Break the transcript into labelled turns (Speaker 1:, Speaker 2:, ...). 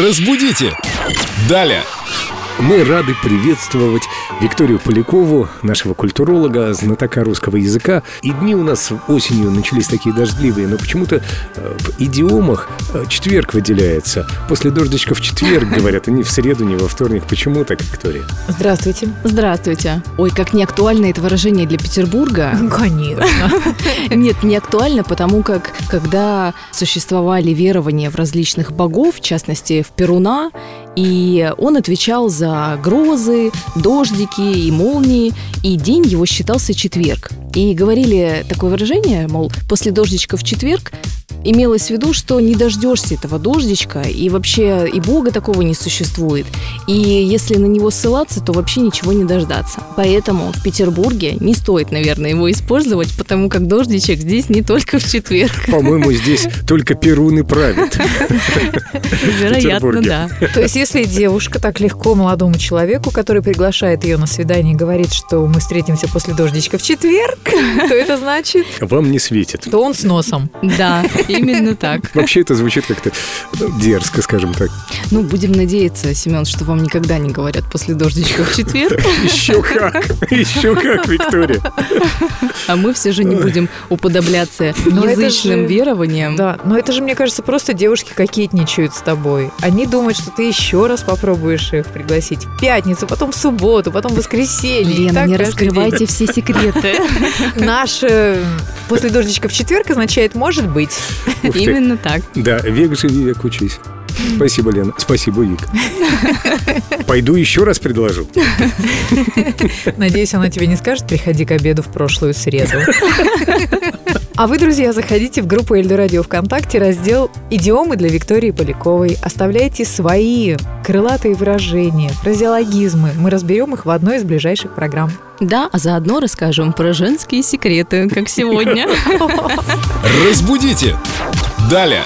Speaker 1: Разбудите! Далее!
Speaker 2: Мы рады приветствовать Викторию Полякову, нашего культуролога, знатока русского языка. И дни у нас осенью начались такие дождливые, но почему-то э, в идиомах э, четверг выделяется. После дождичка в четверг, говорят, а не в среду, не во вторник. Почему так, Виктория?
Speaker 3: Здравствуйте.
Speaker 4: Здравствуйте.
Speaker 3: Ой, как не актуально это выражение для Петербурга.
Speaker 4: Конечно.
Speaker 3: Нет, не актуально, потому как когда существовали верования в различных богов, в частности в Перуна, и он отвечал за грозы, дождики и молнии, и день его считался четверг. И говорили такое выражение, мол, после дождичка в четверг имелось в виду, что не дождешься этого дождичка, и вообще и Бога такого не существует. И если на него ссылаться, то вообще ничего не дождаться. Поэтому в Петербурге не стоит, наверное, его использовать, потому как дождичек здесь не только в четверг.
Speaker 2: По-моему, здесь только Перуны правят.
Speaker 4: Вероятно,
Speaker 2: Петербурге.
Speaker 4: да.
Speaker 5: То есть, если девушка так легко молодому человеку, который приглашает ее на свидание, говорит, что мы встретимся после дождичка в четверг, то это значит,
Speaker 2: Вам не светит.
Speaker 5: что он с носом.
Speaker 4: Да, именно так.
Speaker 2: Вообще это звучит как-то ну, дерзко, скажем так.
Speaker 3: Ну, будем надеяться, Семен, что вам никогда не говорят после дождичка в четверг,
Speaker 2: Еще как, еще как, Виктория.
Speaker 3: а мы все же не будем уподобляться
Speaker 5: Но это
Speaker 3: язычным
Speaker 5: же-
Speaker 3: верованиям.
Speaker 5: Да, но это же, мне кажется, просто девушки кокетничают с тобой. Они думают, что ты еще раз попробуешь их пригласить в пятницу, потом в субботу, потом в воскресенье. И
Speaker 3: Лена,
Speaker 5: так
Speaker 3: не
Speaker 5: каждый
Speaker 3: раскрывайте все секреты.
Speaker 5: день. Наш э, после дождичка в четверг означает «может быть».
Speaker 2: Ух ты.
Speaker 4: Именно так.
Speaker 2: Да, век живи, век учись. Спасибо, Лена. Спасибо, Вик. Пойду еще раз предложу.
Speaker 5: Надеюсь, она тебе не скажет «приходи к обеду в прошлую среду». А вы, друзья, заходите в группу Эльдо Радио ВКонтакте, раздел «Идиомы для Виктории Поляковой». Оставляйте свои крылатые выражения, фразеологизмы. Мы разберем их в одной из ближайших программ.
Speaker 4: Да, а заодно расскажем про женские секреты, как сегодня.
Speaker 1: Разбудите! Далее!